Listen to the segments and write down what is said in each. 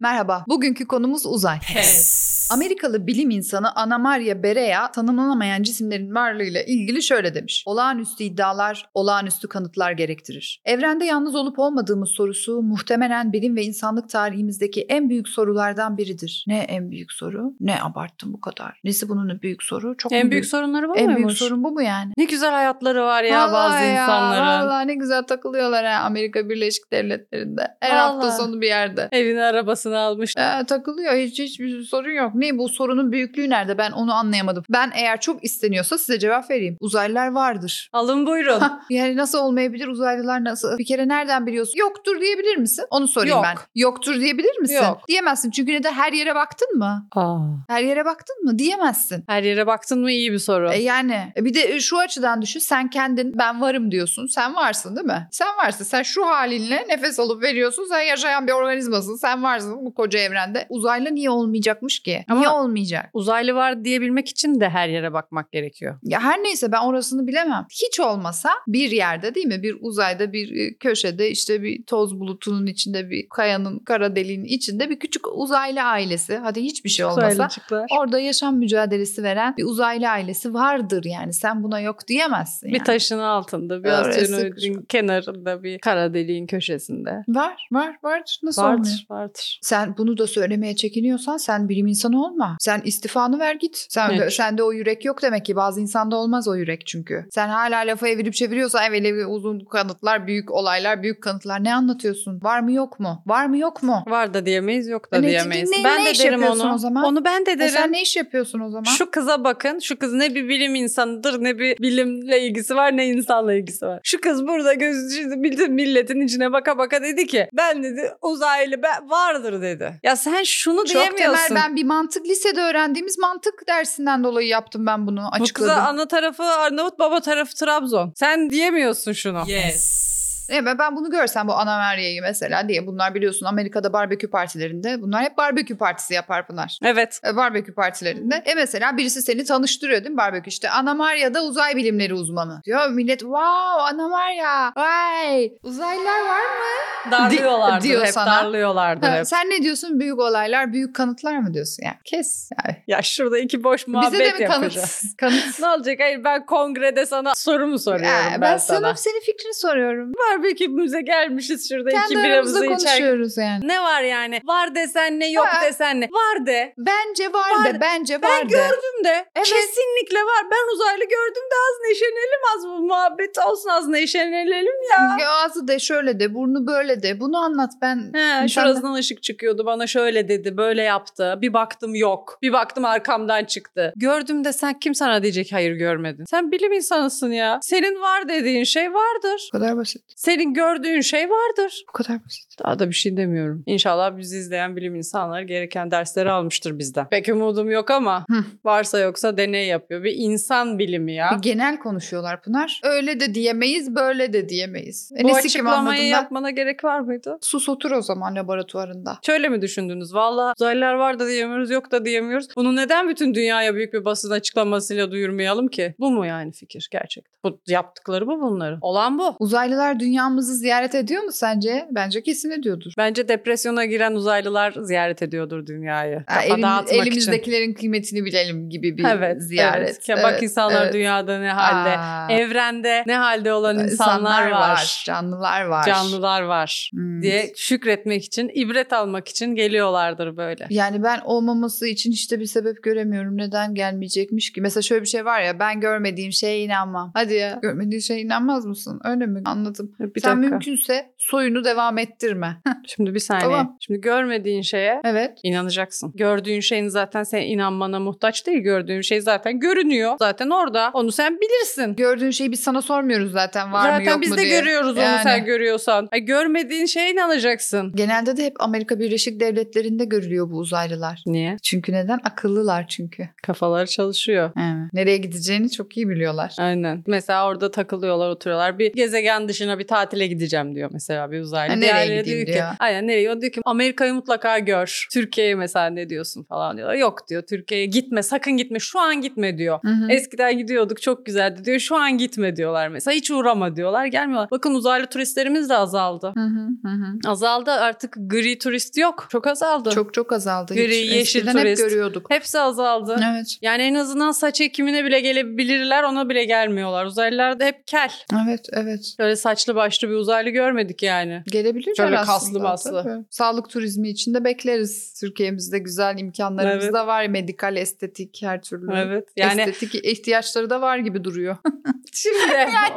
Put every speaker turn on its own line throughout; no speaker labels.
Merhaba, bugünkü konumuz uzay.
Pes.
Amerikalı bilim insanı Anna Maria Berea tanımlanamayan cisimlerin varlığıyla ilgili şöyle demiş. Olağanüstü iddialar, olağanüstü kanıtlar gerektirir. Evrende yalnız olup olmadığımız sorusu muhtemelen bilim ve insanlık tarihimizdeki en büyük sorulardan biridir. Ne en büyük soru? Ne abarttım bu kadar? Nesi bunun büyük soru? Çok mu
en büyük sorunları bu
En
muymuş?
büyük sorun bu mu yani?
Ne güzel hayatları var ya bazı
ya,
insanların.
Vallahi ne güzel takılıyorlar ha Amerika Birleşik Devletleri'nde. Her hafta
Vallahi.
sonu bir yerde.
Evini arabasını almış.
Ee, takılıyor. Hiç hiçbir sorun yok. Ne bu sorunun büyüklüğü nerede? Ben onu anlayamadım. Ben eğer çok isteniyorsa size cevap vereyim. Uzaylılar vardır.
Alın buyurun.
Yani nasıl olmayabilir? Uzaylılar nasıl? Bir kere nereden biliyorsun? Yoktur diyebilir misin? Onu sorayım
Yok.
ben. Yoktur diyebilir misin?
Yok.
Diyemezsin. Çünkü neden? Her yere baktın mı?
Aa.
Her yere baktın mı? Diyemezsin.
Her yere baktın mı iyi bir soru.
E yani e bir de e, şu açıdan düşün. Sen kendin ben varım diyorsun. Sen varsın değil mi? Sen varsın. Sen şu halinle nefes alıp veriyorsun. Sen yaşayan bir organizmasın. Sen varsın bu koca evrende. Uzaylı niye olmayacakmış ki?
Ama-
niye olmayacak?
Uzaylı var diyebilmek için de her yere bakmak gerekiyor.
Ya her neyse ben orasını bilemem. Hiç olmasa bir yerde değil mi? Bir uzayda bir e, köşede işte bir toz bulutunun içinde bir kayanın kara deliğin içinde bir küçük uzaylı ailesi. Hadi hiçbir şey olmasa.
Uzaylıcıklar.
Orada yaşam mücadelesi veren bir uzaylı ailesi vardır yani. Sen buna yok diyemezsin. yani.
Bir taşın altında, bir
Orası
asteroidin kenarında, bir kara deliğin köşesinde.
Var, var, var. Nasıl olmuyor?
Vardır, vardır.
Sen bunu da söylemeye çekiniyorsan sen bilim insanı olma. Sen istifanı ver git. Sen
Evet.
sende o yürek yok demek ki. Bazı insanda olmaz o yürek çünkü. Sen hala lafı evirip çeviriyorsan evvel evi uzun kanıtlar, büyük olaylar, büyük kanıtlar ne anlatıyorsun? Var mı yok mu? Var mı yok mu?
Var da diyemeyiz, yok da
E ne-
diyemeyiz.
ne-
ben
ne
de
iş
derim
yapıyorsun
onu.
o zaman?
Onu ben de
E
derim.
sen ne iş yapıyorsun o zaman?
Şu kıza bakın. Şu kız ne bir bilim insanıdır ne bir bilimle ilgisi var ne insanla ilgisi var. Şu kız burada gözü bütün milletin içine baka baka dedi ki ben dedi uzaylı ben vardır dedi. Ya sen şunu
Çok temel
diyemiyorsun.
ben bir mantık lisede öğrendiğimiz mantık dersinden dolayı yaptım ben bunu
Bu kıza
açıkladım.
ana tarafı Arnavut baba tarafı Trabzon. Sen diyemiyorsun şunu. Yes.
E, ben- ben bunu görsem bu Ana Maria'yı mesela diye bunlar biliyorsun Amerika'da barbekü partilerinde bunlar hep barbekü partisi yapar Pınar.
Evet.
E, barbekü partilerinde. E mesela birisi seni tanıştırıyor değil mi barbekü işte. Ana Maria da uzay bilimleri uzmanı. Diyor millet wow Ana Maria vay uzaylılar var mı?
Darlıyorlardır
diyor
hep
sana.
darlıyorlardır
Ha,
hep.
Sen ne diyorsun büyük olaylar büyük kanıtlar mı diyorsun yani? Kes yani.
Ya şurada iki boş muhabbet
Bize de mi
yapacağız.
kanıt? kanıt.
ne olacak? Hayır ben kongrede sana soru mu soruyorum
Ha,
ben,
Ee, ben
sana?
sana senin fikrini soruyorum.
Barbekümüze gelmişiz şurada
Kendi
iki
aramızda
biramızı içerken.
konuşuyoruz yani.
Ne var yani? Var desen ne yok
Ha.
desen ne? Var de.
Bence var,
Var-
de bence var
Ben
de.
gördüm de.
Evet.
Kesinlikle var. Ben uzaylı gördüm de az neşelenelim az bu muhabbet olsun az neşelenelim ya.
Ağzı de şöyle de burnu böyle de bunu anlat ben.
He,
İnsanlar-
şurasından ışık çıkıyordu bana şöyle dedi böyle yaptı. Bir baktım yok. Bir baktım arkamdan çıktı. Gördüm de sen kim sana diyecek hayır görmedin. Sen bilim insanısın ya. Senin var dediğin şey vardır.
Bu kadar basit.
Senin gördüğün şey vardır.
Bu kadar basit.
Daha da bir şey demiyorum. İnşallah bizi izleyen bilim insanları gereken dersleri almıştır bizden. Pek umudum yok ama
Hı.
varsa yoksa deney yapıyor. Bir insan bilimi ya.
Bir Genel konuşuyorlar Pınar. Öyle de diyemeyiz, böyle de diyemeyiz. E,
Bu
nesi kim
açıklamayı
anladığından-
yapmana gerek var mıydı?
Sus otur o zaman laboratuvarında.
Şöyle mi düşündünüz? Valla uzaylılar var da diyemiyoruz, yok da diyemiyoruz. Bunu neden bütün dünyaya büyük bir basın açıklamasıyla duyurmayalım ki? Bu mu yani fikir gerçekten? Bu yaptıkları mı bunları? Olan bu.
Uzaylılar dünyamızı ziyaret ediyor mu sence? Bence kesin ediyordur.
Bence depresyona giren uzaylılar ziyaret ediyordur dünyayı.
Ha,
Kafa
elimiz-
dağıtmak için.
elimizdekiğlerin kıymetini bilelim gibi bir
Evet,
ziyaret.
evet. Ya bak
Evet,
insanlar
evet.
dünyada ne halde,
Aa,
Ee, evrende ne halde olan insanlar, var.
canlılar var.
Canlılar var
Hmm.
diye şükretmek için, ibret almak için geliyorlardır böyle.
Yani ben olmaması için hiç de bir sebep göremiyorum. Neden gelmeyecekmiş ki? Mesela şöyle bir şey var ya ben görmediğim şeye inanmam. Hadi ya. Görmediğin şeye inanmaz mısın? Öyle mi? Anladım.
Bir
Sen
dakika.
mümkünse soyunu devam ettirme.
Şimdi bir saniye.
Tamam.
Şimdi görmediğin şeye
evet.
inanacaksın. Gördüğün şeyin zaten sen inanmana muhtaç değil. Gördüğün şey zaten görünüyor. Zaten orada. Onu sen bilirsin.
Gördüğün şeyi biz sana sormuyoruz zaten var mı
zaten
yok
biz
mu
de
diye.
görüyoruz onu
Yani.
sen görüyorsan. Ay, görmediğin şeye inanacaksın.
Genelde de hep Amerika Birleşik Devletleri'nde görülüyor bu uzaylılar.
Niye?
Çünkü neden? Akıllılar çünkü.
Kafaları çalışıyor.
Evet. Nereye gideceğini çok iyi biliyorlar.
Aynen. Mesela orada takılıyorlar, oturuyorlar. Bir gezegen dışına bir tatile gideceğim diyor mesela bir uzaylı.
Ha,
Diğerleri
nereye gideyim
diyor ki,
diyor.
Aynen nereye? O diyor ki Amerika'yı mutlaka gör. Türkiye'ye mesela ne diyorsun falan diyorlar. Yok diyor Türkiye'ye gitme sakın gitme şu an gitme diyor.
Hı hı.
Eskiden gidiyorduk çok güzeldi diyor. Şu an gitme diyorlar mesela. Hiç uğrama diyorlar. Gelmiyorlar. Bakın uzaylı turistlerimiz de azaldı.
Hı hı, hı hı.
Azaldı artık gri turist yok. Çok azaldı.
Çok çok azaldı.
Gri,
hiç.
yeşil
Eskiden hep
turist.
görüyorduk.
Hepsi azaldı.
Evet.
Yani en azından saç ekimine bile gelebilirler ona bile gelmiyorlar. Uzaylılar da hep kel.
Evet, evet.
Böyle saçlı başlı bir uzaylı görmedik yani.
Gelebilir
Şöyle
aslında,
kaslı maslı.
tabii. Sağlık turizmi için de bekleriz. Türkiye'mizde güzel imkanlarımız
Evet.
da var. Medikal, estetik her türlü.
Evet. Yani
Estetik ihtiyaçları da var gibi duruyor.
şimdi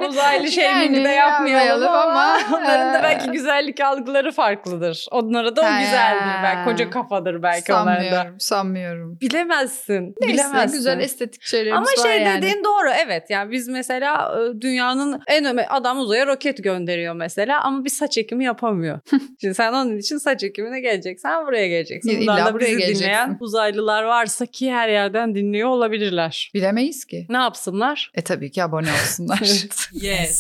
uzaylı şeyini
yani
de yapmayalım
yapmayalım
ama
ama,
onların da
e,
belki güzellik algıları farklıdır. Onlara da o
He.
güzeldir belki. Koca kafadır belki onların da.
sanmıyorum, sanmıyorum.
Bilemezsin.
Neyse,
bilemezsin.
güzel estetik şeylerimiz
Ama
var
şey
yani.
dediğin doğru evet yani biz mesela e, dünyanın en öme adam uzaya roket gönderiyor mesela ama bir saç ekimi yapamıyor. Şimdi sen onun için saç ekimine geleceksen buraya geleceksin.
İlla
Buradan da
buraya
bizi
geleceksin.
dinleyen uzaylılar varsa ki her yerden dinliyor olabilirler.
Bilemeyiz ki.
Ne yapsınlar?
E tabii ki abone olsunlar.
Evet.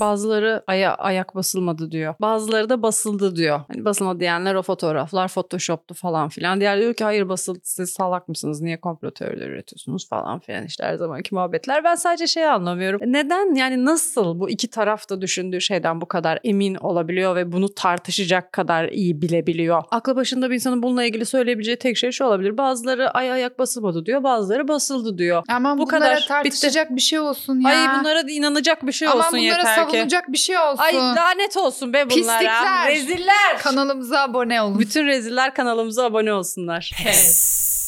Bazıları aya, ayak basılmadı diyor. Bazıları da basıldı diyor. Hani basılmadı diyenler o fotoğraflar photoshoptu falan filan. Diğer diyor ki hayır basıldı siz salak mısınız? Niye komplo teorileri üretiyorsunuz falan filan işte her zamanki muhabbetler. Ben sadece şeyi anlamıyorum. Neden yani nasıl bu iki taraf da düşündüğü şeyden bu kadar emin olabiliyor ve bunu tartışacak kadar iyi bilebiliyor? Aklı başında bir insanın bununla ilgili söyleyebileceği tek şey şu olabilir. Bazıları ay ayak basılmadı diyor. Bazıları basıldı diyor.
Ama
Bu
bu bunlara
kadar, bitti.
tartışacak bir şey olsun ya.
Ay bunlara da inanacak bir şey
Aman
olsun
bunlara
yeter ki.
savunacak bir şey olsun.
Ay lanet olsun be bunlara.
Pislikler.
Reziller.
Kanalımıza abone olun.
Bütün reziller kanalımıza abone olsunlar.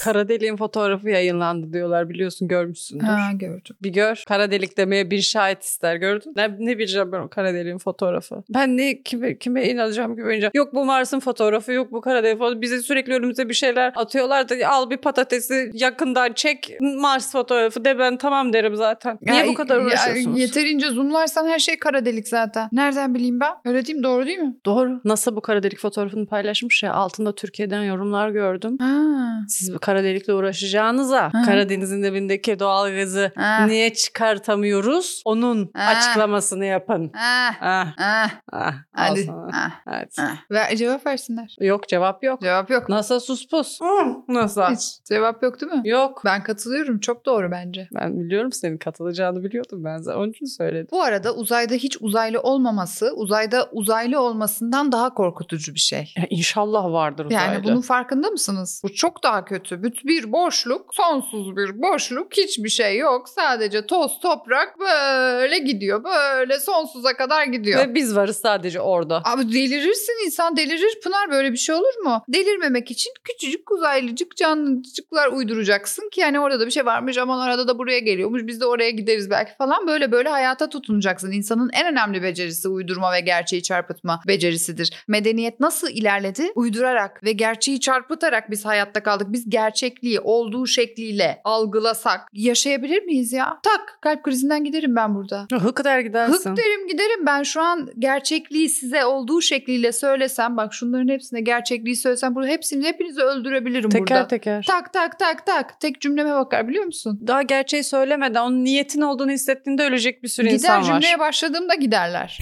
Kara deliğin fotoğrafı yayınlandı diyorlar biliyorsun görmüşsündür.
Ha gördüm.
Bir gör. Kara delik demeye bir şahit ister gördün. Ne, ne bileceğim ben o kara deliğin fotoğrafı. Ben ne kime, kime inanacağım güveneceğim. Yok bu Mars'ın fotoğrafı yok bu kara delik fotoğrafı. Bize sürekli önümüze bir şeyler atıyorlar da al bir patatesi yakından çek Mars fotoğrafı de ben tamam derim zaten. Niye
Ya,
bu kadar
ya,
uğraşıyorsunuz?
yeterince zoomlarsan her şey kara delik zaten. Nereden bileyim ben? Öyle değil mi? Doğru değil mi?
Doğru. NASA bu kara delik fotoğrafını paylaşmış ya altında Türkiye'den yorumlar gördüm.
Ha.
Siz bu kara delikle uğraşacağınıza
Hı.
Karadeniz'in dibindeki doğal gazı
Ah.
niye çıkartamıyoruz? Onun
Ha.
açıklamasını yapın.
Ah.
Ah,
Ah.
ah, al
Hadi.
sana.
Ah.
Hadi.
Ah. Ver, cevap versinler.
Yok cevap yok.
Cevap yok.
NASA sus pus. NASA.
Hiç cevap yok değil mi?
Yok.
Ben katılıyorum. Çok doğru bence.
Ben biliyorum senin katılacağını biliyordum ben zaten. Onun için söyledim.
Bu arada uzayda hiç uzaylı olmaması, uzayda uzaylı olmasından daha korkutucu bir şey.
Ya inşallah vardır uzaylı.
Yani bunun farkında mısınız? Bu çok daha kötü. Büt- Bir boşluk, sonsuz bir boşluk, hiçbir şey yok. Sadece toz, toprak böyle gidiyor. Böyle sonsuza kadar gidiyor.
Ve biz varız sadece orada.
Abi delirirsin insan delirir Pınar böyle bir şey olur mu? Delirmemek için küçücük uzaylıcık canlıcıklar uyduracaksın ki yani orada da bir şey varmış aman arada da buraya geliyormuş biz de oraya gideriz belki falan böyle böyle hayata tutunacaksın. İnsanın en önemli becerisi uydurma ve gerçeği çarpıtma becerisidir. Medeniyet nasıl ilerledi? Uydurarak ve gerçeği çarpıtarak biz hayatta kaldık. Biz gerçekliği olduğu şekliyle algılasak yaşayabilir miyiz ya? Tak kalp krizinden giderim ben burada.
Hık der gidersin.
Hık derim giderim ben şu an gerçekliği size olduğu şekliyle söylesem bak şunların hepsine gerçekliği söylesem bunu hepsini hepinizi öldürebilirim burada.
teker teker.
Tak tak tak tak tek cümleme bakar biliyor musun?
daha gerçeği söylemeden onun niyetin olduğunu hissettiğinde ölecek bir sürü
Gider
insan var.
cümleye başladığımda giderler.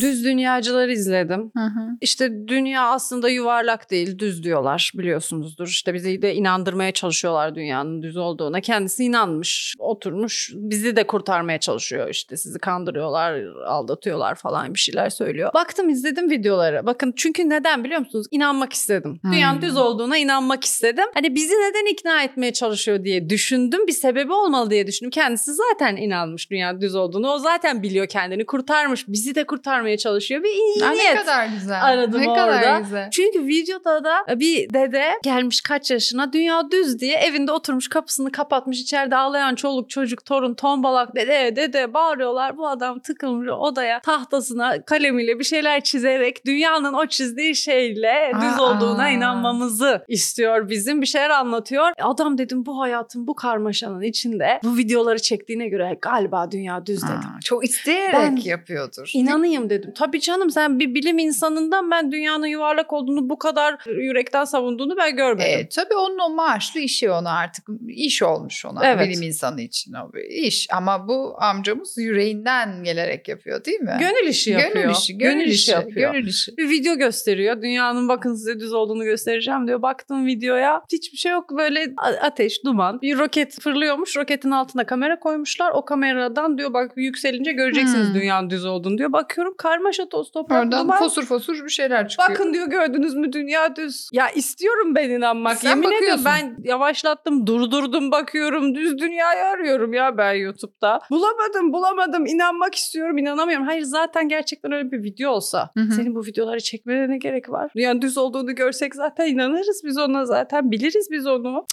Düz dünyacıları izledim.
Hı hı.
İşte dünya aslında yuvarlak değil düz diyorlar biliyorsunuzdur. İşte bizi de inandırmaya çalışıyorlar dünyanın düz olduğuna. Kendisi inanmış oturmuş bizi de kurtarmaya çalışıyor işte sizi kandırıyorlar aldatıyorlar falan bir şeyler söylüyor. Baktım izledim videoları bakın çünkü neden biliyor musunuz İnanmak istedim.
Hmm.
Dünyanın düz olduğuna inanmak istedim. Hani bizi neden ikna etmeye çalışıyor diye düşündüm bir sebebi olmalı diye düşündüm. Kendisi zaten inanmış dünyanın düz olduğunu o zaten biliyor kendini kurtarmış bizi de kurtarmaya çalışıyor bir iyi
Aa,
niyet.
ne kadar güzel.
aradım
ne
orada.
kadar güzel.
Çünkü videoda da e, bir dede gelmiş kaç yaşına dünya düz diye evinde oturmuş kapısını kapatmış içeride ağlayan çoluk çocuk torun tombalak dede dede bağırıyorlar. Bu adam tıkılmış odaya tahtasına kalemiyle bir şeyler çizerek dünyanın o çizdiği şeyle düz
Aa.
olduğuna inanmamızı istiyor bizim bir şeyler anlatıyor. E, Adam dedim bu hayatın bu karmaşanın içinde bu videoları çektiğine göre galiba dünya düz dedim.
Aa, çok isteyerek
Ben
yapıyordur.
İnanayım dedim. Tabii canım sen bir bilim insanından ben dünyanın yuvarlak olduğunu bu kadar yürekten savunduğunu ben görmedim.
E, tabii onun o maaşlı işi ona artık iş olmuş ona
Evet.
bilim insanı için o bir iş. Ama bu amcamız yüreğinden gelerek yapıyor değil mi?
Gönül işi yapıyor.
Gönül işi, gönül, işi,
yapıyor.
gönül işi.
bir video gösteriyor. Dünyanın bakın size düz olduğunu göstereceğim diyor. Baktım videoya hiçbir şey yok böyle a- ateş, duman. Bir roket fırlıyormuş. Roketin altına kamera koymuşlar. O kameradan diyor bak yükselince göreceksiniz
Hmm.
dünyanın düz olduğunu diyor. Bakıyorum karmaşa toz toprak
Oradan
duman.
fosur fosur bir şeyler çıkıyor.
Bakın diyor gördünüz mü dünya düz. Ya istiyorum ben inanmak.
Sen
Yemin
bakıyorsun.
ediyorum ben yavaşlattım, durdurdum, bakıyorum. Düz dünyayı arıyorum ya ben YouTube'da. Bulamadım, bulamadım. İnanmak istiyorum, inanamıyorum. Hayır zaten gerçekten öyle bir video olsa.
Hı hı.
Senin bu videoları çekmene ne gerek var? Dünyanın düz olduğunu görsek zaten inanırız biz ona zaten. Biliriz biz onu.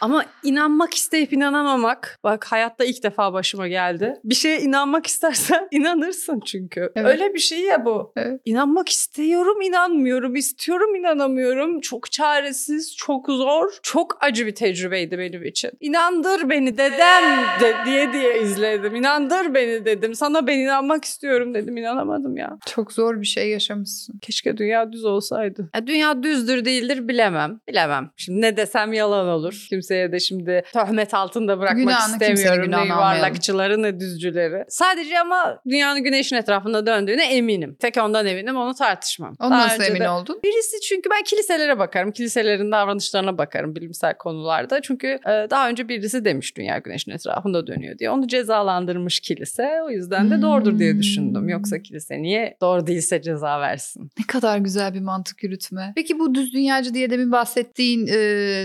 Ama inanmak isteyip inanamamak. Bak hayatta ilk defa başıma geldi. Bir şeye inanmak istersen inanırsın çünkü.
Evet.
Öyle bir şey ya bu.
Evet.
İnanmak istiyorum, inanmıyorum. istiyorum inanamıyorum. Çok çaresiz, çok zor, çok acı bir tecrübeydi benim için. İnandır beni dedem de, diye diye izledim. İnandır beni dedim. Sana ben inanmak istiyorum dedim. İnanamadım ya.
Çok zor bir şey yaşamışsın.
Keşke dünya düz olsaydı. Ya dünya düzdür değildir bilemem. Bilemem. Şimdi ne desem yalan olur. Kimseye de şimdi töhmet altında bırakmak
Günahını kimsenin
istemiyorum. Ne
günahını
yuvarlakçıları ne düzcüleri. Sadece ama dünyanın güneşin etrafında döndüğüne eminim. Tek ondan eminim onu tartışmam.
Ondan
Daha
nasıl
önce
emin
de-
oldun?
Birisi çünkü ben kiliselere bakarım. Kiliselerin davranışlarına bakarım bilimsel konularda. Çünkü e, daha önce birisi demiş dünya güneşin etrafında dönüyor diye. Onu cezalandırmış kilise. O yüzden de doğrudur diye düşündüm.
Hmm.
Yoksa kilise niye doğru değilse ceza versin?
Ne kadar güzel bir mantık yürütme. Peki bu düz dünyacı diye demin bahsettiğin e,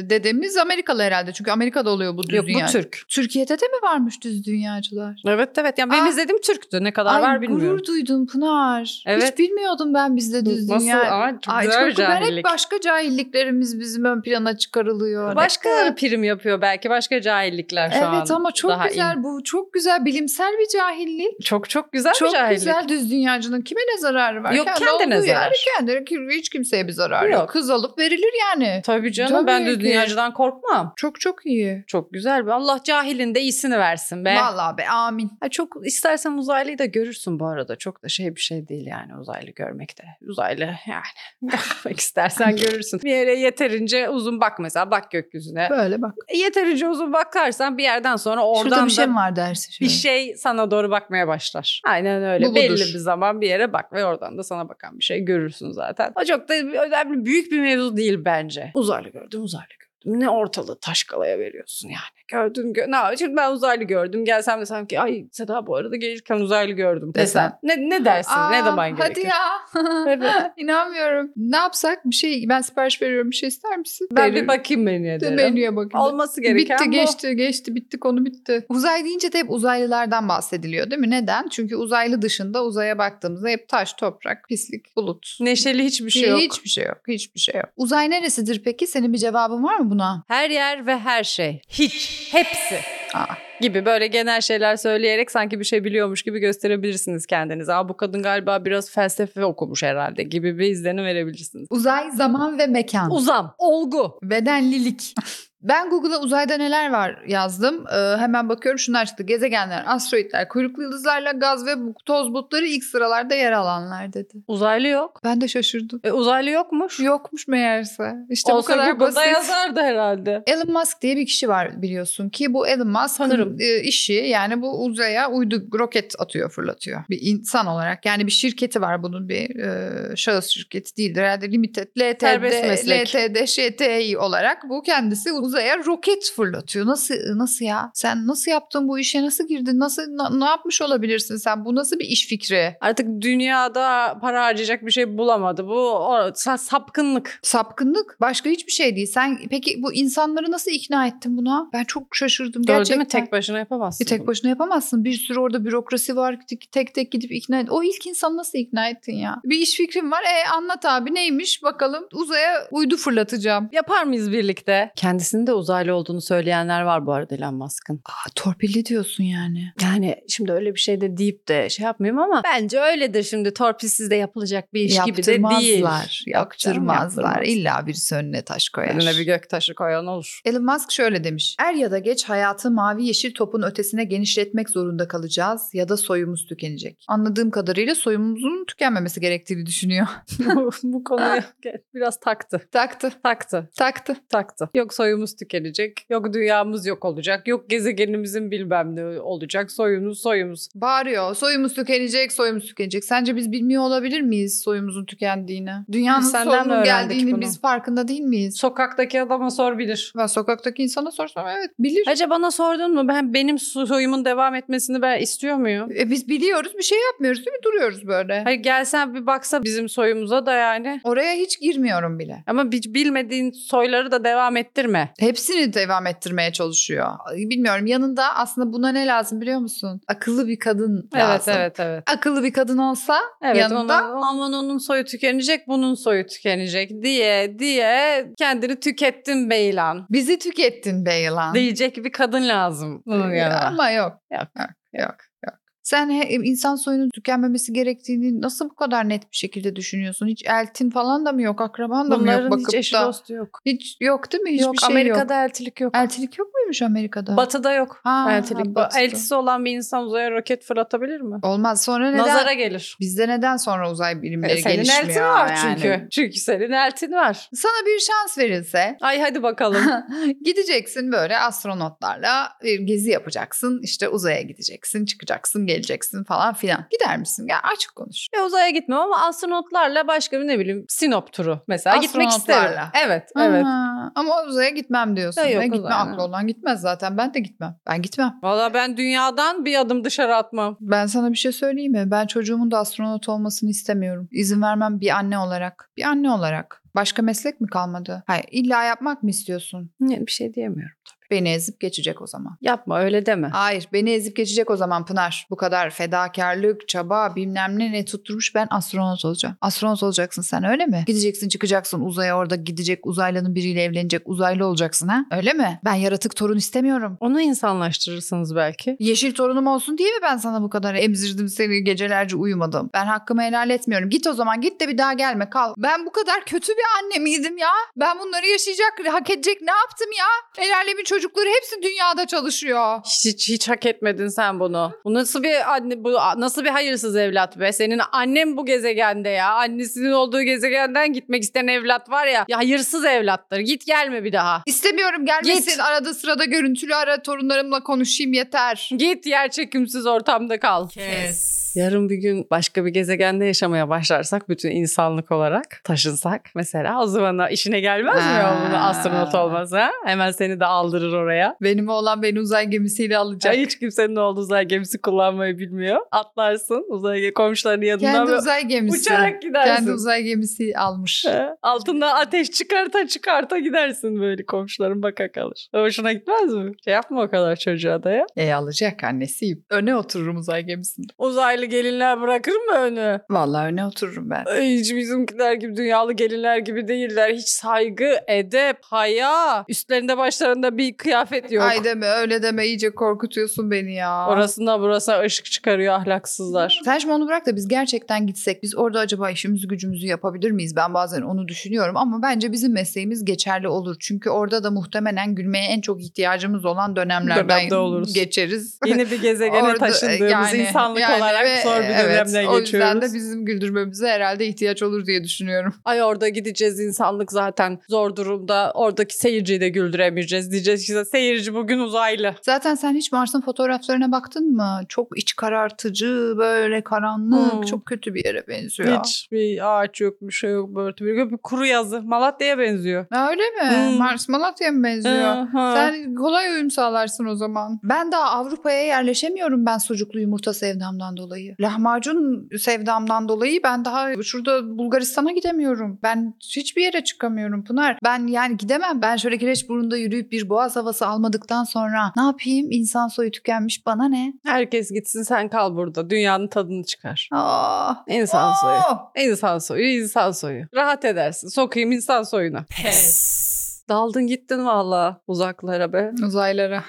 dedemiz Amerikalı herhalde. Çünkü Amerika'da oluyor bu düz
Yok
dünyacı.
bu Türk.
Türkiye'de de mi varmış düz dünyacılar?
Evet evet. Yani benim
Aa.
izlediğim Türk'tü. Ne kadar
Ay
var bilmiyorum.
gurur duydum Pınar.
Evet.
Hiç bilmiyordum ben bizde düz
Nasıl?
dünya.
Aa, çok
Ay
güzel
çok ben
cahillik.
hep başka cahilliklerimiz bizim ön plana çıkarılıyor.
Başkaları prim yapıyor belki. Başka cahillikler şu an.
Evet ama çok
daha
güzel
iyi.
bu. Çok güzel bilimsel bir cahillik.
Çok çok güzel
çok
bir cahillik.
güzel düz dünyacının kime ne zararı var?
Yok, kendine
olduğu
zarar.
Yerde, kendine ki- hiç kimseye bir zararı yok.
Yok.
Kız alıp verilir yani.
Tabii canım ben
Tabii
düz
ki.
dünyadan korkmam.
Çok çok iyi.
Çok güzel. be. Allah cahilin de iyisini versin be.
Vallahi be amin.
Ha, çok istersen uzaylıyı da görürsün bu arada. Çok da şey bir şey değil yani uzaylı görmek de. Uzaylı yani görmek istersen görürsün. Bir yere yeterince uzun bak mesela bak gökyüzüne.
Böyle bak.
E, Yeterince uzun bakarsan bir yerden sonra oradan
Şurada bir şey
da
mi var dersi?
bir
şöyle?
şey sana doğru bakmaya başlar. Aynen öyle.
Bu budur.
Belli bir zaman bir yere bak ve oradan da sana bakan bir şey görürsün zaten. O çok da önemli büyük bir mevzu değil bence. Uzaylı gördüm uzaylı gördüm. Ne ortalığı taşkalaya veriyorsun yani. Gördüm gö ne şimdi ben uzaylı gördüm. Gelsem desem ki ay Seda bu arada gelirken uzaylı gördüm desen.
Desen.
Ne, ne dersin?
Aa,
ne zaman
Hadi
gerekir?
ya.
Evet.
İnanmıyorum. Ne yapsak? Bir şey ben sipariş veriyorum. Bir şey ister misin?
Ben bir
Veririm.
bakayım menüye
De
derim.
menüye bakayım.
Olması gereken
bitti
bu.
geçti geçti bitti konu bitti. Uzay deyince de hep uzaylılardan bahsediliyor değil mi? Neden? Çünkü uzaylı dışında uzaya baktığımızda hep taş, toprak, pislik, bulut.
Neşeli hiçbir şey yok.
Hiçbir şey yok. Hiçbir şey yok. Uzay neresidir peki? Senin bir cevabın var mı buna?
Her yer ve her şey. Hiç. Hepsi.
Aa.
gibi böyle genel şeyler söyleyerek sanki bir şey biliyormuş gibi gösterebilirsiniz kendinize. Aa bu kadın galiba biraz felsefe okumuş herhalde gibi bir izlenim verebilirsiniz.
Uzay, zaman ve mekan.
Uzam, olgu.
Bedenlilik. Ben Google'a uzayda neler var yazdım. Ee, hemen bakıyorum şunlar çıktı. Gezegenler, asteroidler, kuyruklu yıldızlarla gaz ve bu- toz bulutları ilk sıralarda yer alanlar dedi.
Uzaylı yok.
Ben de şaşırdım.
E, uzaylı yokmuş.
Yokmuş meğerse. İşte
Olsa
bu kadar
Google'da
basit.
yazardı herhalde.
Elon Musk diye bir kişi var biliyorsun ki bu Elon
Tanırım.
Musk'ın e, işi yani bu uzaya uydu roket atıyor fırlatıyor bir insan olarak. Yani bir şirketi var bunun bir e, şahıs şirketi değildir herhalde limited
Serbest
LTD,
meslek.
LTD ŞTİ olarak bu kendisi uzaya roket fırlatıyor. Nasıl nasıl ya sen nasıl yaptın bu işe nasıl girdin nasıl na- ne yapmış olabilirsin sen bu nasıl bir iş fikri?
Artık dünyada para harcayacak bir şey bulamadı. Bu o, sa- sapkınlık.
Sapkınlık başka hiçbir şey değil. Sen peki bu insanları nasıl ikna ettin buna? Ben çok şaşırdım
Doğru
gerçekten.
değil mi? Tek başına yapamazsın.
Bir tek başına yapamazsın. Bir sürü orada bürokrasi var. Tek tek gidip ikna et. O ilk insanı nasıl ikna ettin ya? Bir iş fikrim var. E anlat abi neymiş bakalım. Uzaya uydu fırlatacağım.
Yapar mıyız birlikte? Kendisini de uzaylı olduğunu söyleyenler var bu arada Elon Musk'ın.
Aa, torpilli diyorsun yani.
Yani şimdi öyle bir şey de deyip de şey yapmayayım ama bence öyledir şimdi torpilsiz de yapılacak bir iş gibi de değil.
Yaptırmazlar. Yaptırmazlar.
yaptırmaz.
İlla birisi önüne taş koyar.
Eline bir gök taşı koyan olur.
Elon Musk şöyle demiş. Er ya da geç hayatı mavi yeşil topun ötesine genişletmek zorunda kalacağız ya da soyumuz tükenecek. Anladığım kadarıyla soyumuzun tükenmemesi gerektiğini düşünüyor.
bu konuya gel- biraz taktı.
taktı,
Taktı.
taktı.
Taktı. Yok soyumuz tükenecek. Yok dünyamız yok olacak. Yok gezegenimizin bilmem ne olacak. Soyumuz soyumuz.
Bağırıyor. Soyumuz tükenecek, soyumuz tükenecek. Sence biz bilmiyor olabilir miyiz soyumuzun tükendiğini? Dünyanın
Biz senden mi
sonunun
öğrendik
geldiğini
bunu?
biz farkında değil miyiz?
Sokaktaki adama sor bilir.
Ben sokaktaki insana sorsam evet bilir.
Acaba bana sordun mu ben benim soyumun devam etmesini ben istiyor muyum?
E, biz biliyoruz bir şey yapmıyoruz değil mi? Duruyoruz böyle.
Hayır gelsen bir baksa bizim soyumuza da yani.
Oraya hiç girmiyorum bile.
Ama hiç bilmediğin soyları da devam ettirme.
Hepsini devam ettirmeye çalışıyor. Ay, Bilmiyorum yanında aslında buna ne lazım biliyor musun? Akıllı bir kadın lazım.
evet evet.
Akıllı bir kadın olsa
Evet
yanında
onun, aman onun soyu tükenecek bunun soyu tükenecek diye diye kendini tükettin Beylan.
bizi tükettin be yılan.
Diyecek bir kadın lazım bunun yanına.
Ama yok.
Yok.
Yok. Yok. yok. Sen he- e, insan soyunun tükenmemesi gerektiğini nasıl bu kadar net bir şekilde düşünüyorsun? Hiç eltin falan da mı yok? Akraban da mı yok?
Bunların
Bakıp
hiç eşi
da.
dostu yok.
Hiç yok değil mi? Hiçbir
yok
şey yok.
Amerika'da eltilik yok.
Eltilik yok muymuş Amerika'da?
Batı'da yok.
Ha,
eltilik.
ha,
Ba-
batıda.
Eltisi olan bir insan uzaya roket fırlatabilir mi?
Olmaz. Sonra neden?
Nazara gelir.
Bizde neden sonra uzay bilimleri
E, senin
gelişmiyor?
eltin var
yani?
çünkü. Çünkü senin eltin var.
Sana bir şans verilse
Ay hadi bakalım.
gideceksin böyle astronotlarla bir gezi yapacaksın. İşte uzaya gideceksin, çıkacaksın, geleceksin falan filan. Gider misin? Gel açık konuş.
Ya E, uzaya gitmem ama astronotlarla başka bir ne bileyim Sinop turu mesela gitmek isterim.
Astronotlarla.
Evet, evet.
Aa, ama uzaya gitmem diyorsun.
Ya yok,
Ben gitme
uzaya.
aklı olan gitmez zaten. Ben de gitmem. Ben gitmem.
Valla ben dünyadan bir adım dışarı atmam.
Ben sana bir şey söyleyeyim mi? Ben çocuğumun da astronot olmasını istemiyorum. İzin vermem bir anne olarak. Bir anne olarak. Başka meslek mi kalmadı? Hayır, illa yapmak mı istiyorsun?
Bir şey diyemiyorum.
Beni ezip geçecek o zaman.
Yapma öyle deme.
Hayır, beni ezip geçecek o zaman Pınar. Bu kadar fedakarlık, çaba, bilmem ne ne tutturmuş ben astronot olacağım. Astronot olacaksın sen öyle mi? Gideceksin, çıkacaksın uzaya orada gidecek uzaylının biriyle evlenecek, uzaylı olacaksın ha? Öyle mi? Ben yaratık torun istemiyorum.
Onu insanlaştırırsınız belki.
Yeşil torunum olsun diye mi ben sana bu kadar emzirdim seni gecelerce uyumadım? Ben hakkımı helal etmiyorum. Git o zaman git de bir daha gelme kal. Ben bu kadar kötü bir anne miydim ya? Ben bunları yaşayacak, hak edecek ne yaptım ya? El alemin çocukları hepsi dünyada çalışıyor.
Hiç, hiç hiç hak etmedin sen bunu. Bu nasıl bir anne bu nasıl bir hayırsız evlat be? Senin annen bu gezegende ya. Annesinin olduğu gezegenden gitmek isteyen evlat var ya. Ya hayırsız evlattır. Git gelme bir daha.
İstemiyorum gelmesin.
Git.
Arada sırada görüntülü ara torunlarımla konuşayım yeter.
Git yer çekimsiz ortamda kal.
Kes.
Yarın bir gün başka bir gezegende yaşamaya başlarsak bütün insanlık olarak taşınsak mesela o zaman da işine gelmez mi ya
Ha.
bunu astronot olmaz ha? Hemen seni de aldırır oraya.
Benim oğlan beni uzay gemisiyle alacak.
Ya hiç kimsenin olduğu uzay gemisi kullanmayı bilmiyor. Atlarsın uzay komşularının yanından
Kendi
ve
uzay gemisi.
uçarak
Kendi
gidersin.
uzay gemisi almış.
Ha, Altında ateş çıkarta çıkarta gidersin böyle komşuların baka kalır. Hoşuna gitmez mi? Şey yapma o kadar çocuğa da ya.
e alacak annesiyim. Öne otururum uzay gemisinde.
Uzaylı gelinler bırakır mı önü?
Vallahi öne otururum ben.
Ay, Hiç bizimkiler gibi dünyalı gelinler gibi değiller. Hiç saygı, edep, haya. Üstlerinde başlarında bir kıyafet yok.
Ay deme öyle deme iyice korkutuyorsun beni ya.
Orasından burasına ışık çıkarıyor ahlaksızlar.
Sen şimdi onu bırak da biz gerçekten gitsek biz orada acaba işimizi gücümüzü yapabilir miyiz? Ben bazen onu düşünüyorum ama bence bizim mesleğimiz geçerli olur. Çünkü orada da muhtemelen gülmeye en çok ihtiyacımız olan dönemlerden
Dönemde oluruz.
geçeriz.
Yeni bir gezegene
Orada, e,
taşındığımız
yani-
insanlık
yani
olarak
ve- e,
zor bir dönemden
O yüzden
geçiyoruz.
de bizim güldürmemize herhalde ihtiyaç olur diye düşünüyorum.
Ay orada gideceğiz insanlık zaten zor durumda. Oradaki seyirciyi de güldüremeyeceğiz. Diyeceğiz ki seyirci bugün uzaylı.
Zaten sen hiç Mars'ın fotoğraflarına baktın mı? Çok iç karartıcı, böyle karanlık,
Hmm.
çok kötü bir yere benziyor.
Hiç bir ağaç yok bir şey yok. Böyle bir, bir kuru yazı. Malatya'ya benziyor.
Ha, Öyle mi?
Hmm.
Mars Malatya'ya mı benziyor?
Aha.
Sen kolay uyum sağlarsın o zaman. Ben daha Avrupa'ya yerleşemiyorum ben sucuklu yumurta sevdamdan dolayı. Lahmacun sevdamdan dolayı ben daha şurada Bulgaristan'a gidemiyorum. Ben hiçbir yere çıkamıyorum Pınar. Ben yani gidemem. Ben şöyle Kireçburnu'nda yürüyüp bir boğaz havası almadıktan sonra ne yapayım? İnsan soyu tükenmiş bana ne?
Herkes gitsin sen kal burada. Dünyanın tadını çıkar.
Aa.
İnsan soyu.
Oo.
İnsan soyu, insan soyu. Rahat edersin. Sokayım insan soyuna.
Pes.
Daldın gittin valla uzaklara be.
Uzaylara.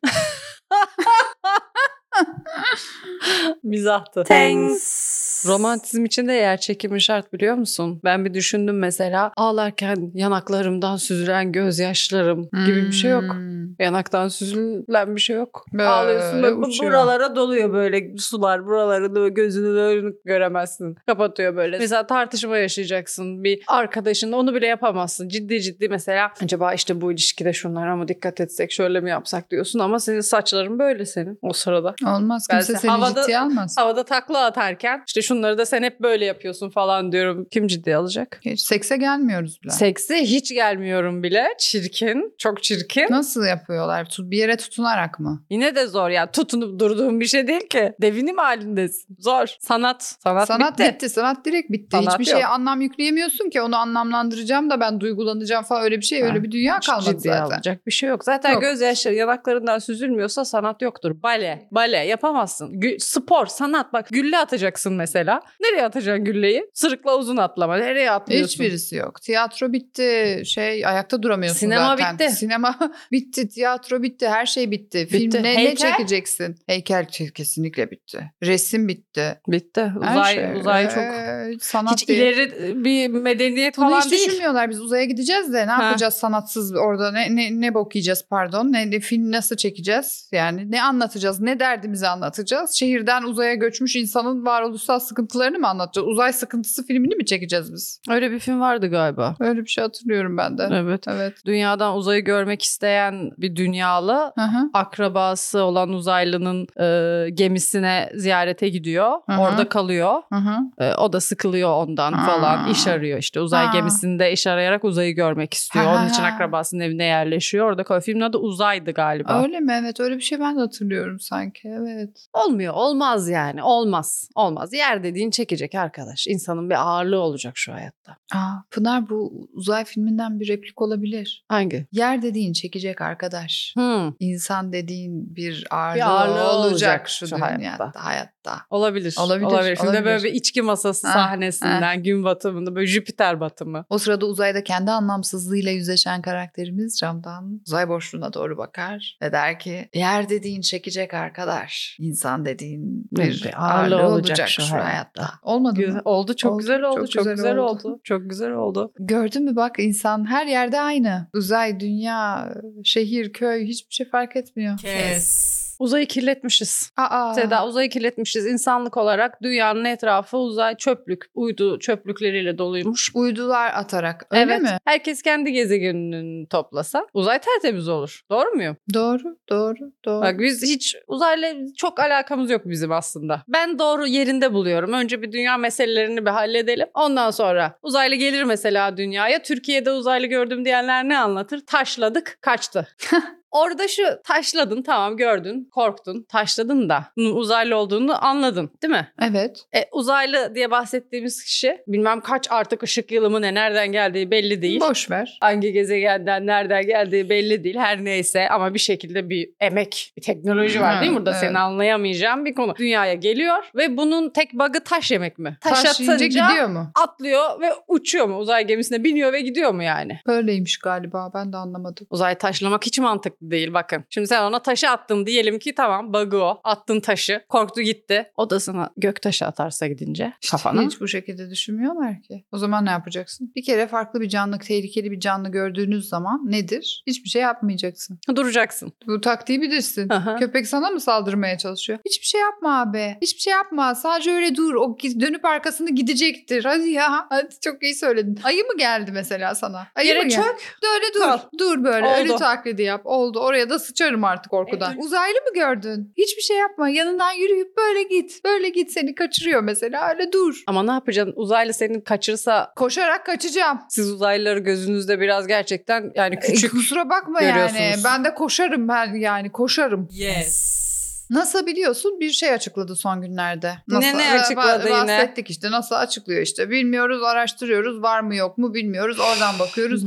Mizahtı.
Thanks.
Romantizm için de yer çekimi şart biliyor musun? Ben bir düşündüm mesela ağlarken yanaklarımdan süzülen gözyaşlarım gibi bir şey yok.
Hmm.
Yanaktan süzülen bir şey yok.
Böyle
Ağlıyorsun bak bu
uçuyor.
buralara doluyor böyle sular. Buraları da gözünün önünü göremezsin. Kapatıyor böyle. Mesela tartışma yaşayacaksın bir arkadaşınla onu bile yapamazsın. Ciddi ciddi mesela acaba işte bu ilişkide şunlara mı dikkat etsek şöyle mi yapsak diyorsun ama senin saçların böyle senin o sırada.
Olmaz
Ben
kimse
sen-
seni
havada-
ciddiye almaz.
Havada takla atarken işte şunları da sen hep böyle yapıyorsun falan diyorum. Kim ciddiye alacak?
Hiç sekse gelmiyoruz bile.
Seksi hiç gelmiyorum bile. Çirkin. Çok çirkin.
Nasıl yapıyorlar? Tu- Bir yere tutunarak mı?
Yine de zor yani tutunup durduğun bir şey değil ki. Devinim halindesin. Zor. Sanat. Sanat,
sanat
bitti.
bitti. sanat direkt bitti.
Sanat
Hiçbir şeye
yok.
anlam yükleyemiyorsun ki onu anlamlandıracağım da ben duygulanacağım falan öyle bir şey. Öyle
Ha.
bir dünya
Hiç
kalmadı
ciddiye
zaten.
alınacak bir şey yok. Zaten
Yok.
gözyaşları yanaklarından süzülmüyorsa sanat yoktur. Bale, bale yapamazsın. Gü- spor, sanat bak gülle atacaksın mesela. Nereye atacaksın gülleyi? Sırıkla uzun atlama. Nereye atlıyorsun?
Hiçbirisi yok. Tiyatro bitti. Şey ayakta duramıyorsun
Sinema
zaten.
bitti.
Sinema bitti. Tiyatro bitti. Her şey bitti. Film
Bitti.
ne, ne
Heykel?
çekeceksin? Heykel ke- kesinlikle bitti. Resim bitti.
Bitti.
Her
Uzay,
şey,
uzay çok.
ee, sanat
Hiç
değil.
ileri e, bir medeniyet
Bunu
falan
hiç
değil.
düşünmüyorlar. Biz uzaya gideceğiz de ne
Ha.
yapacağız sanatsız orada ne ne ne bok yiyeceğiz pardon. Ne, ne film nasıl çekeceğiz? Yani ne anlatacağız? Ne derdimizi anlatacağız? Şehirden uzaya göçmüş insanın varoluşsal sıkıntılarını mı anlatacağız? Uzay sıkıntısı filmini mi çekeceğiz biz?
Öyle bir film vardı galiba.
Öyle bir şey hatırlıyorum ben de.
Evet.
Evet.
Dünyadan uzayı görmek isteyen bir dünyalı
Hı hı.
akrabası olan uzaylının e, gemisine ziyarete gidiyor.
Hı hı.
Orada kalıyor.
Hı hı.
E, o da sıkılıyor ondan
Aa.
falan. İş arıyor işte. Uzay
Aa.
gemisinde iş arayarak uzayı görmek istiyor. Onun için
Ha.
akrabasının evine yerleşiyor. Orada kalıyor. Filmin adı Uzay'dı galiba.
Öyle mi? Evet öyle bir şey ben de hatırlıyorum sanki. Evet.
Olmuyor. Olmaz yani. Olmaz. Olmaz. Yer dediğin çekecek arkadaş. İnsanın bir ağırlığı olacak şu hayatta.
Aa, Pınar bu uzay filminden bir replik olabilir.
Hangi?
Yer dediğin çekecek arkadaş.
Hmm.
İnsan dediğin bir ağırlığı,
ağırlığı
olacak,
olacak
şu,
şu
dünyada,
hayatta.
hayatta.
Olabilir.
Olabilir,
Şimdi
olabilir.
böyle bir içki masası
Ah,
sahnesinden gün batımında böyle Jüpiter batımı.
O sırada uzayda kendi anlamsızlığıyla yüzleşen karakterimiz camdan uzay boşluğuna doğru bakar ve der ki yer dediğin çekecek arkadaş. İnsan dediğin bir, ağırlığı, olacak, şu hayatta. Olmadı
Güzel-
mı?
oldu çok
Oldu,
güzel oldu. Çok,
çok
güzel,
güzel
oldu.
oldu.
Çok güzel oldu.
Gördün mü bak insan her yerde aynı. Uzay, dünya, şehir, köy hiçbir şey fark etmiyor.
Kes.
Uzayı kirletmişiz.
Aa,
Seda uzayı kirletmişiz. İnsanlık olarak dünyanın etrafı uzay çöplük, uydu çöplükleriyle doluymuş.
uydular atarak öyle
evet.
mi?
Herkes kendi gezegenini toplasa uzay tertemiz olur. Doğru muyum?
Doğru, doğru, doğru.
Bak biz hiç uzayla çok alakamız yok bizim aslında. Ben doğru yerinde buluyorum. Önce bir dünya meselelerini bir halledelim. Ondan sonra uzaylı gelir mesela dünyaya. Türkiye'de uzaylı gördüm diyenler ne anlatır? Taşladık, kaçtı. Orada şu taşladın tamam gördün, korktun, taşladın da bunun uzaylı olduğunu anladın değil mi?
evet.
E, uzaylı diye bahsettiğimiz kişi bilmem kaç artık ışık yılı mı ne nereden geldiği belli değil.
Boş ver.
Hangi gezegenden nereden geldiği belli değil her neyse ama bir şekilde bir emek, bir teknoloji var
Ha,
değil mi? Burada
evet.
seni anlayamayacağım bir konu. Dünyaya geliyor ve bunun tek bug'ı taş yemek mi? Taş,
Taş yiyince
atınca
gidiyor mu?
atlıyor ve uçuyor mu? Uzay gemisine biniyor ve gidiyor mu yani?
Öyleymiş galiba ben de anlamadım.
Uzay taşlamak hiç mantıklı değil bakın. Şimdi sen ona taşı attın diyelim ki tamam bug'ı o. Attın taşı, korktu gitti. O da sana gök taşı atarsa gidince kafana.
Hiç bu şekilde düşünmüyorlar ki. O zaman ne yapacaksın? Bir kere farklı bir canlı, tehlikeli bir canlı gördüğünüz zaman nedir? Hiçbir şey yapmayacaksın.
Duracaksın.
Bu taktiği bilirsin.
Aha.
Köpek sana mı saldırmaya çalışıyor? Hiçbir şey yapma abi. Hiçbir şey yapma. Sadece öyle dur. O gi- dönüp arkasını gidecektir. Hadi ya. Hadi çok iyi söyledin. Ayı mı geldi mesela sana? Ayı
Yere
mı geldi?
çök.
Öyle dur.
Kal.
Dur böyle.
Oldu.
Ölü taklidi yap. Oldu. Oraya da sıçarım artık korkudan.
E,
Uzaylı mı gördün? Hiçbir şey yapma. Yanından yürüyüp böyle git. Böyle git seni kaçırıyor mesela. Öyle dur.
Ama ne yapacaksın? Uzaylı seni kaçırsa
Koşarak kaçacağım.
Siz uzaylıları gözünüzde biraz gerçekten yani
E,
küçük
kusura bakma yani.
görüyorsunuz.
Ben de koşarım ben yani koşarım.
Yes.
NASA biliyorsun bir şey açıkladı son günlerde.
Yine
NASA,
ne
e, ba-
açıkladı yine?
Bahsettik işte NASA açıklıyor işte. Bilmiyoruz araştırıyoruz var mı yok mu bilmiyoruz. Oradan bakıyoruz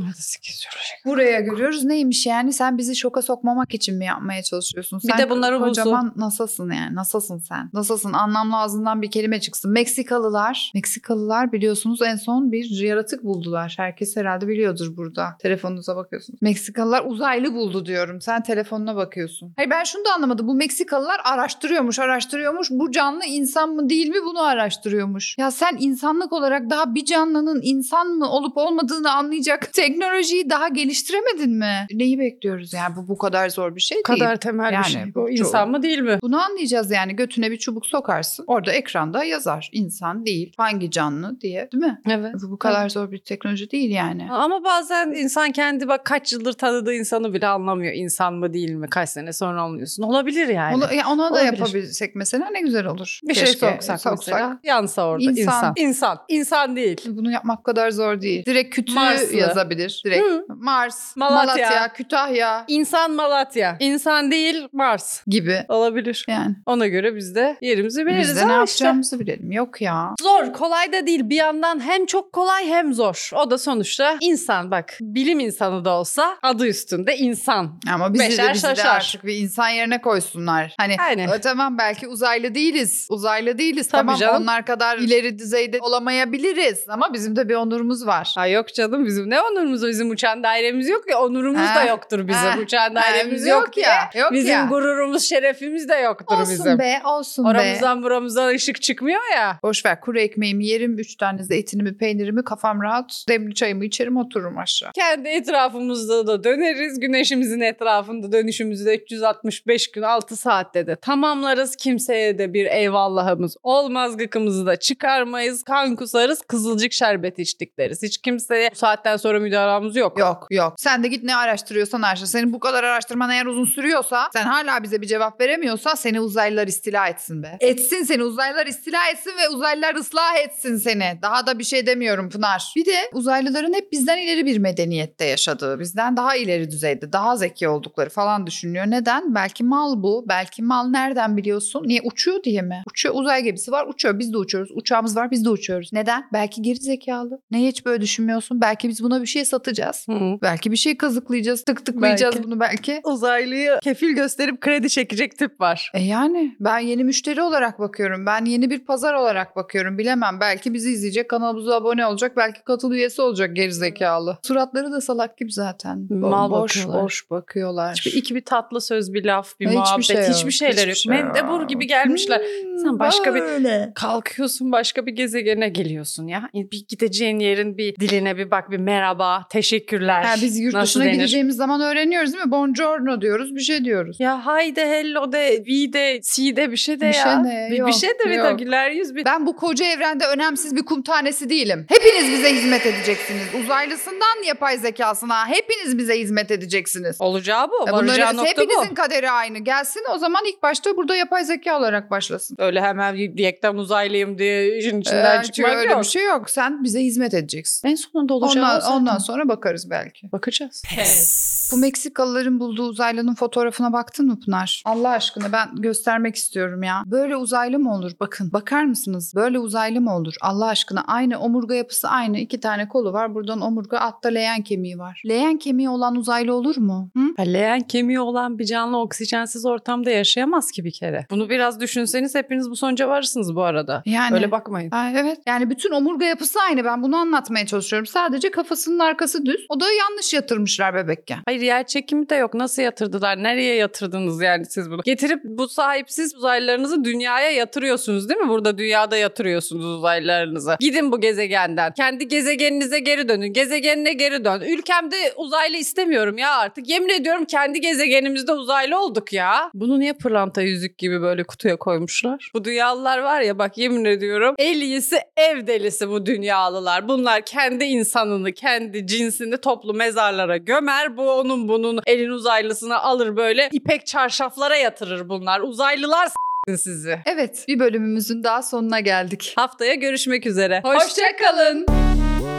buraya görüyoruz. Neymiş yani sen bizi şoka sokmamak için mi yapmaya çalışıyorsun?
Bir
Sen
de bunları bulsun.
kocaman NASA'sın yani NASA'sın sen. NASA'sın anlamlı ağzından bir kelime çıksın. Meksikalılar Meksikalılar biliyorsunuz en son bir yaratık buldular. Herkes herhalde biliyordur burada. Telefonunuza bakıyorsunuz. Meksikalılar uzaylı buldu diyorum. Sen telefonuna bakıyorsun. Hayır ben şunu da anlamadım. Bu Meksikalılar araştırıyormuş araştırıyormuş. Bu canlı insan mı değil mi bunu araştırıyormuş. Ya sen insanlık olarak daha bir canlının insan mı olup olmadığını anlayacak teknolojiyi daha geliştiremedin mi? Neyi bekliyoruz yani bu bu kadar zor bir şey
Bu
değil.
kadar temel
Yani
bir şey. Bu
bu
insan mı değil mi?
Bunu anlayacağız yani götüne bir çubuk sokarsın. Orada ekranda yazar insan değil hangi canlı diye değil mi?
Evet.
Bu, bu kadar zor bir teknoloji değil yani.
Ama bazen insan kendi bak kaç yıldır tanıdığı insanı bile anlamıyor. İnsan mı değil mi? Kaç sene sonra anlıyorsun. Olabilir yani.
Ola- ya ona da
Olabilir.
yapabilsek mesela ne güzel olur.
bir şey
Keşke
soksak, mesela. Yansa orada
İnsan.
insan. İnsan. İnsan, değil.
Bunu yapmak kadar zor değil. Direkt kütüğü
Marslı.
yazabilir. Direkt
Hı.
Mars, Malatya,
Malatya.
Kütahya
İnsan Malatya. İnsan değil Mars.
gibi.
Olabilir.
Yani
Ona göre biz de yerimizi biliriz
biz de ne
ama işte
yapacağımızı bilelim. Yok ya.
Zor, kolay da değil. Bir yandan hem çok kolay hem zor. O da sonuçta insan bak. Bilim insanı da olsa adı üstünde insan.
Ama bizi de,
Beşer
bizi de
şaşar.
artık bir insan yerine koysunlar. Hani
Aynen.
"E, tamam belki uzaylı değiliz. Uzaylı değiliz.
Tabii
tamam
canım.
onlar kadar ileri düzeyde olamayabiliriz. Ama bizim de bir onurumuz var.
Ha yok canım bizim ne onurumuz o? bizim uçan dairemiz yok ya onurumuz
Ha,
da yoktur bizim
ha,
uçan dairemiz
Ah, yok
yok,
ya,
ya.
yok
bizim
ya.
gururumuz şerefimiz de yoktur
Olsun
bizim.
be olsun be.
Oramızdan buramızdan ışık çıkmıyor ya.
Boş ver kuru ekmeğimi yerim, üç tane de etinimi, peynirimi, kafam rahat, demli çayımı içerim, otururum aşağı.
Kendi etrafımızda da döneriz. Güneşimizin etrafında dönüşümüzü de 365 gün 6 saatte de tamamlarız. Kimseye de bir eyvallahımız olmaz. Gıkımızı da çıkarmayız. Kan kusarız. Kızılcık şerbeti içtik deriz. Hiç kimseye bu saatten sonra müdahalamız yok.
Yok yok. Sen de git ne araştırıyorsan araştır. Senin bu kadar araştırman eğer uzun sürüyorsa, sen hala bize bir cevap veremiyorsan seni uzaylılar istila etsin be. Etsin seni uzaylılar istila etsin ve uzaylılar ıslah etsin seni. Daha da bir şey demiyorum Pınar. Bir de uzaylıların hep bizden ileri bir medeniyette yaşadığı, bizden daha ileri düzeyde, daha zeki oldukları falan düşünülüyor. Neden? Belki mal bu. Belki mal nereden biliyorsun? Niye uçuyor diye mi? Uçuyor. Uzay gemisi var, uçuyor. Biz de uçuyoruz. Uçağımız var, biz de uçuyoruz. Neden? Belki geri zekalı. Neye hiç böyle düşünmüyorsun? Belki biz buna bir şey satacağız.
Hı.
Belki bir şey kazıklayacağız, tık tıklayacağız
Belki.
bunu belki.
Uzaylıyı kefil gösterip kredi çekecek tip var.
E yani ben yeni müşteri olarak bakıyorum. Ben yeni bir pazar olarak bakıyorum. Bilemem belki bizi izleyecek, kanalımıza abone olacak, belki katıl üyesi olacak gerizekalı. Suratları da salak gibi zaten. Bo-
Mal
boş
bakıyorlar.
boş bakıyorlar.
Hiçbir, iki bir tatlı söz, bir laf, bir
Hiçbir
muhabbet.
şey yok.
hiçbir şeyler
Hiçbir
yok.
şey yok.
Mendebur gibi gelmişler.
Hmm,
Sen başka bir-
böyle.
Kalkıyorsun başka bir gezegene geliyorsun ya. E, Bir gideceğin yerin bir diline bir bak bir merhaba, teşekkürler.
Ha, biz yurt
Nasıl
dışına
denir?
gideceğimiz zaman öğreniyoruz değil mi? Buongiorno diyoruz, bir şey diyoruz.
Ya haydi hello de, vi de, si de bir şey de
Bir
ya.
şey de,
bir,
yok,
bir şey de bir
yok.
de güler yüz bir.
Ben bu koca evrende önemsiz bir kum tanesi değilim. Hepiniz bize hizmet edeceksiniz. Uzaylısından yapay zekasına hepiniz bize hizmet edeceksiniz.
Olacağı bu.
Ya
varacağı
Bunların
nokta bu.
hepinizin kaderi aynı. Gelsin o zaman ilk başta burada yapay zeka olarak başlasın.
Öyle hemen diyekten uzaylıyım diye işin içinden
Ee, çünkü
çıkmak
öyle
yok.
bir şey yok. Sen bize hizmet edeceksin.
En sonunda olacağı o
Ondan,
zaten.
ondan sonra bakarız belki.
bakacağız.
Pes.
Bu Meksikalıların bulduğu uzaylının fotoğrafına baktın mı Pınar? Allah aşkına ben göstermek istiyorum ya. Böyle uzaylı mı olur? Bakın bakar mısınız? Böyle uzaylı mı olur? Allah aşkına aynı omurga yapısı aynı. iki tane kolu var. Buradan omurga altta leğen kemiği var. Leğen kemiği olan uzaylı olur mu? Hı?
Ya Leğen kemiği olan bir canlı oksijensiz ortamda yaşayamaz ki bir kere. Bunu biraz düşünseniz hepiniz bu sonuca varırsınız bu arada.
Yani
Öyle bakmayın.
Ay, evet. Yani bütün omurga yapısı aynı. Ben bunu anlatmaya çalışıyorum. Sadece kafasının arkası düz. O da yanlış yatırmışlar bebekken.
Hayır yer çekimi de yok. Nasıl yatırdılar? Nereye yatırdınız yani siz bunu? Getirip bu sahipsiz uzaylılarınızı dünyaya yatırıyorsunuz değil mi? Burada dünyada yatırıyorsunuz uzaylılarınızı. Gidin bu gezegenden. Kendi gezegeninize geri dönün. Gezegenine geri dön. Ülkemde uzaylı istemiyorum ya artık. Yemin ediyorum kendi gezegenimizde uzaylı olduk ya. Bunu niye pırlanta yüzük gibi böyle kutuya koymuşlar? Bu dünyalılar var ya bak yemin ediyorum. El iyisi ev delisi bu dünyalılar. Bunlar kendi insanını, kendi cinsini toplu mezarlara gömer. Bu onun bunun elin uzaylısını alır böyle ipek çarşaflara yatırır bunlar. Uzaylılar s**tin sizi.
Evet. Bir bölümümüzün daha sonuna geldik.
Haftaya görüşmek üzere.
Hoşça kalın.
kalın.